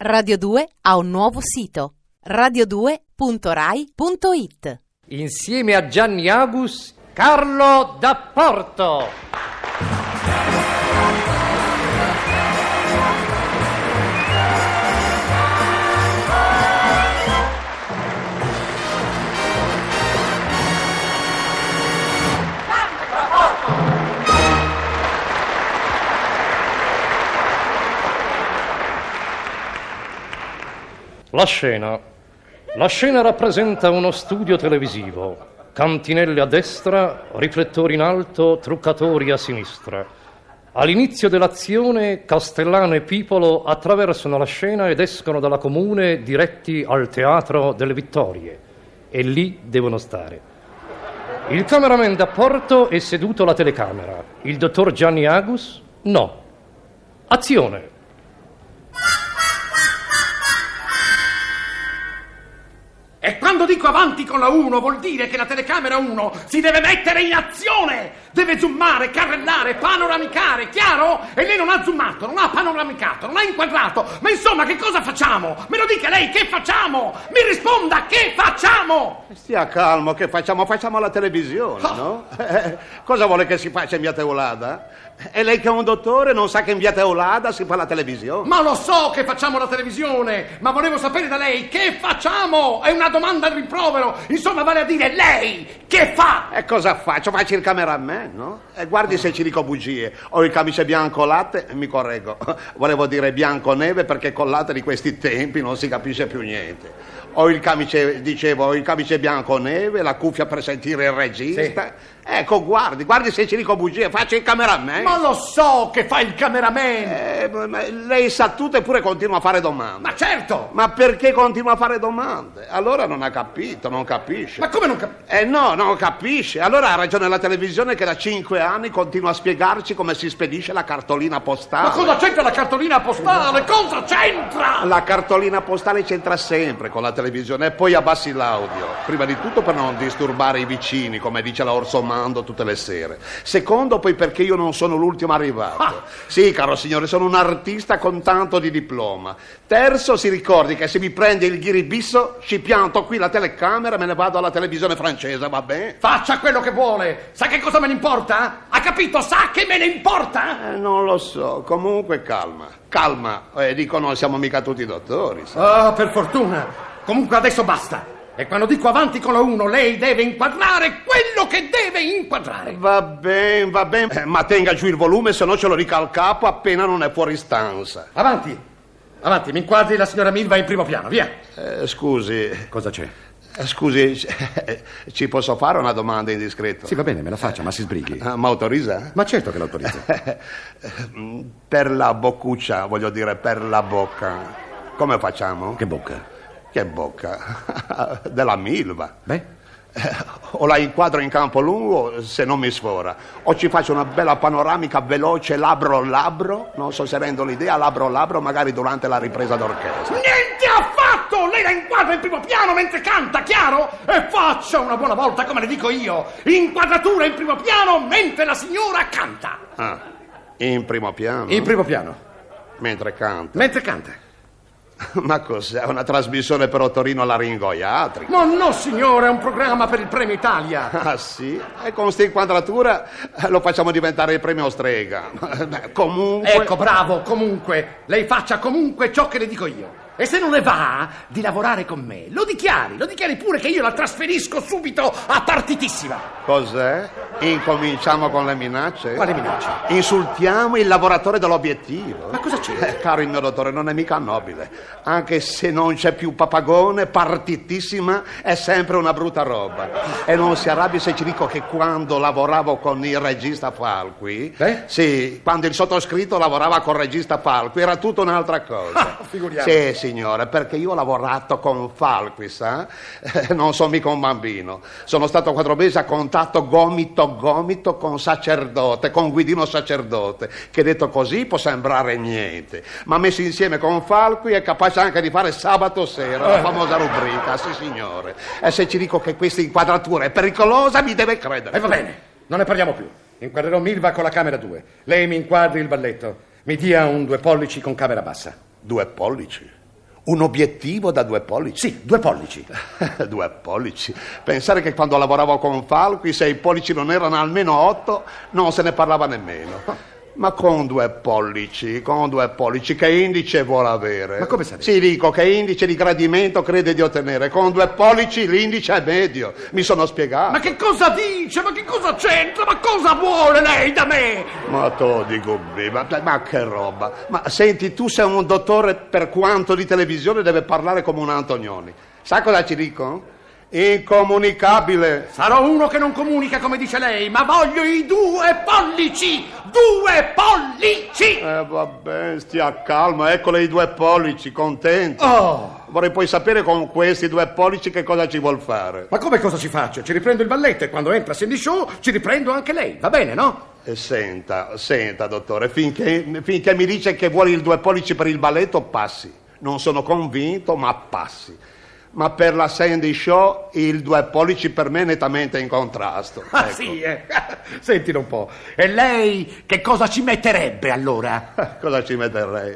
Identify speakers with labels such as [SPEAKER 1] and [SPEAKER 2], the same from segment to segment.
[SPEAKER 1] Radio 2 ha un nuovo sito radio2.rai.it.
[SPEAKER 2] insieme a Gianni Agus, Carlo D'Apporto. La scena. La scena rappresenta uno studio televisivo. Cantinelle a destra, riflettori in alto, truccatori a sinistra. All'inizio dell'azione, Castellano e Pipolo attraversano la scena ed escono dalla comune diretti al teatro delle Vittorie. E lì devono stare. Il cameraman da Porto è seduto alla telecamera. Il dottor Gianni Agus? No. Azione!
[SPEAKER 3] E quando dico avanti con la 1 vuol dire che la telecamera 1 si deve mettere in azione! Deve zoomare, carrellare, panoramicare, chiaro? E lei non ha zoomato, non ha panoramicato, non ha inquadrato. Ma insomma, che cosa facciamo? Me lo dica lei, che facciamo? Mi risponda, che facciamo?
[SPEAKER 4] Stia calmo, che facciamo? Facciamo la televisione, no? Eh, cosa vuole che si faccia in via Teolada? E lei che è un dottore non sa che in via Teolada si fa la televisione?
[SPEAKER 3] Ma lo so che facciamo la televisione, ma volevo sapere da lei che facciamo? È una domanda al rimprovero. Insomma, vale a dire lei che fa?
[SPEAKER 4] E cosa faccio? Faccio il cameraman, no? E guardi se ci dico bugie. Ho il camice bianco latte, mi correggo. Volevo dire bianco neve perché con latte di questi tempi non si capisce più niente. Ho il camice, dicevo, ho il camice bianco neve, la cuffia per sentire il regista. Ecco, guardi, guardi se ci dico bugie, faccio il cameraman.
[SPEAKER 3] Ma lo so che fa il cameraman!
[SPEAKER 4] Eh, ma- ma lei sa tutto eppure continua a fare domande. Ma,
[SPEAKER 3] Ma certo!
[SPEAKER 4] perché continua a fare domande? Allora non ha capito, non capisce.
[SPEAKER 3] Ma come non capisco?
[SPEAKER 4] Eh no, non capisce. Allora ha ragione la televisione che da cinque anni continua a spiegarci come si spedisce la cartolina postale.
[SPEAKER 3] Ma cosa c'entra la cartolina postale? Cosa c'entra?
[SPEAKER 4] La cartolina postale c'entra sempre con la televisione e poi abbassi l'audio. Prima di tutto per non disturbare i vicini, come dice la Orsomando tutte le sere. Secondo, poi perché io non sono l'ultimo arrivato.
[SPEAKER 3] Ah.
[SPEAKER 4] Sì, caro signore, sono un artista con tanto di diploma. Terzo, si ricordi che se mi prende il ghiribisso, ci pianto qui la telecamera e me ne vado alla televisione francese, va bene?
[SPEAKER 3] Faccia quello che vuole. Sa che cosa me ne importa? Ha capito? Sa che me ne importa?
[SPEAKER 4] Eh, non lo so, comunque calma. Calma, eh, dico, non siamo mica tutti dottori. sa.
[SPEAKER 3] Ah, per fortuna. Comunque adesso basta. E quando dico avanti con la 1, lei deve inquadrare quello che deve inquadrare.
[SPEAKER 4] Va bene, va bene, Eh, ma tenga giù il volume, se no ce lo dica al capo appena non è fuori stanza.
[SPEAKER 3] Avanti. Avanti, mi inquadri la signora Milva in primo piano, via.
[SPEAKER 4] Eh, scusi,
[SPEAKER 5] Cosa c'è?
[SPEAKER 4] eh, scusi, eh, ci posso fare una domanda indiscreta?
[SPEAKER 5] Sì, va bene, me la faccia, ma si sbrighi.
[SPEAKER 4] Ah, Ma autorizza?
[SPEAKER 5] Ma certo che l'autorizzo.
[SPEAKER 4] Mm, Per la boccuccia, voglio dire, per la bocca. Come facciamo?
[SPEAKER 5] Che bocca.
[SPEAKER 4] Che bocca? Della Milva.
[SPEAKER 5] Beh,
[SPEAKER 4] Eh, O la inquadro in campo lungo se non mi sfora, o ci faccio una bella panoramica veloce labbro labbro, non so se rendo l'idea, labbro labbro magari durante la ripresa d'orchestra.
[SPEAKER 3] Niente affatto! Lei la inquadra in primo piano mentre canta, chiaro? E faccia una buona volta come le dico io. Inquadratura in primo piano mentre la signora canta.
[SPEAKER 4] Ah, in primo piano,
[SPEAKER 3] In primo piano.
[SPEAKER 4] mentre canta.
[SPEAKER 3] Mentre canta.
[SPEAKER 4] Ma cos'è? Una trasmissione per Ottorino laringoiatri?
[SPEAKER 3] Ma no, signore, è un programma per il Premio Italia.
[SPEAKER 4] Ah sì? E con sta inquadratura eh, lo facciamo diventare il premio strega. Beh, Comunque...
[SPEAKER 3] Ecco, bravo, comunque, lei faccia comunque ciò che le dico io. E se non le va di lavorare con me, lo dichiari, lo dichiari pure che io la trasferisco subito a partitissima.
[SPEAKER 4] Cos'è? Incominciamo con le minacce?
[SPEAKER 3] Quale minaccia?
[SPEAKER 4] Insultiamo il lavoratore dell'obiettivo.
[SPEAKER 3] Ma cosa c'è?
[SPEAKER 4] Eh, caro il mio dottore, non è mica nobile. Anche se non c'è più papagone, partitissima è sempre una brutta roba. E non si arrabbi se ci dico che quando lavoravo con il regista Falqui.
[SPEAKER 3] Eh?
[SPEAKER 4] Sì, quando il sottoscritto lavorava con il regista Falqui, era tutta un'altra cosa.
[SPEAKER 3] Ah, figuriamoci.
[SPEAKER 4] Sì, signore, Eh, perché io ho lavorato con Falqui, sa? Non sono mica un bambino. Sono stato quattro mesi a contatto gomito gomito con sacerdote, con Guidino sacerdote, che detto così può sembrare niente, ma messo insieme con Falqui è capace anche di fare sabato sera, la famosa rubrica, sì signore. E se ci dico che questa inquadratura è pericolosa, mi deve
[SPEAKER 3] E
[SPEAKER 4] credere.
[SPEAKER 3] va bene, non ne parliamo più. Inquadrerò Milva con la camera 2. Lei mi inquadri il balletto. Mi dia un due pollici con camera bassa.
[SPEAKER 4] Due pollici. Un obiettivo da due pollici?
[SPEAKER 6] Sì, due pollici.
[SPEAKER 4] Due pollici. Pensare che quando lavoravo con Falqui, se i pollici non erano almeno otto, non se ne parlava nemmeno. Ma con due pollici, con due pollici, che indice vuole avere?
[SPEAKER 6] Ma come sapete?
[SPEAKER 4] Sì, dico, che indice di gradimento crede di ottenere? Con due pollici l'indice è medio. Mi sono spiegato.
[SPEAKER 3] Ma che cosa dice? Ma che cosa c'entra? Ma cosa vuole lei da me?
[SPEAKER 4] Ma tu dico, ma, ma che roba! Ma senti, tu sei un dottore per quanto di televisione deve parlare come un Antonioni. Sai cosa ci dicono? Incomunicabile!
[SPEAKER 3] Sarò uno che non comunica come dice lei, ma voglio i due pollici! Due pollici!
[SPEAKER 4] Eh vabbè, stia calma, eccole i due pollici, contento.
[SPEAKER 6] Oh!
[SPEAKER 4] Vorrei poi sapere con questi due pollici che cosa ci vuol fare.
[SPEAKER 6] Ma come cosa ci faccio? Ci riprendo il balletto e quando entra Cindy Show ci riprendo anche lei, va bene, no?
[SPEAKER 4] Eh, Senta, senta, dottore, finché, finché mi dice che vuole il due pollici per il balletto, passi. Non sono convinto, ma passi. Ma per la Sandy Show il due pollici per me è nettamente in contrasto.
[SPEAKER 6] Ah
[SPEAKER 4] Ecco.
[SPEAKER 6] sì, eh. Sentilo un po'.
[SPEAKER 3] E lei che cosa ci metterebbe allora?
[SPEAKER 4] Cosa ci metterei?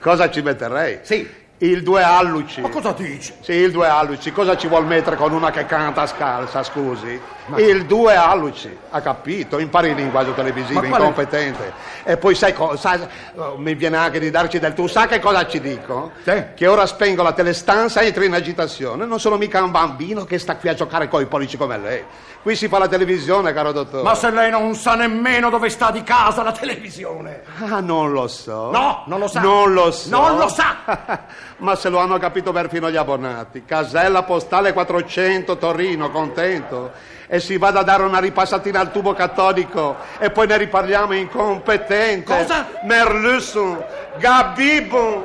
[SPEAKER 4] cosa ci metterei?
[SPEAKER 6] Sì.
[SPEAKER 4] Il due alluci.
[SPEAKER 6] Ma cosa dici?
[SPEAKER 4] Sì, il due alluci. Cosa ci vuol mettere con una che canta scalza, scusi? Il due alluci. Ha capito? Impari il linguaggio televisivo,
[SPEAKER 6] Ma quale-
[SPEAKER 4] incompetente. E poi sai cosa? Mi viene anche di darci del tu. Sai che cosa ci dico?
[SPEAKER 6] Sì.
[SPEAKER 4] Che ora spengo la telestanza e entro in agitazione. Non sono mica un bambino che sta qui a giocare coi pollici come lei. Qui si fa la televisione, caro dottore.
[SPEAKER 3] Ma se lei non sa nemmeno dove sta di casa la televisione!
[SPEAKER 4] Ah, non lo so.
[SPEAKER 3] No, non lo sa.
[SPEAKER 4] Non lo so.
[SPEAKER 3] Non lo sa.
[SPEAKER 4] Ma se lo hanno capito perfino gli abbonati. Casella postale 400 Torino, contento. E si vada a dare una ripassatina al tubo cattolico e poi ne riparliamo incompetente.
[SPEAKER 3] Cosa?
[SPEAKER 4] Merlusson, Gabibon.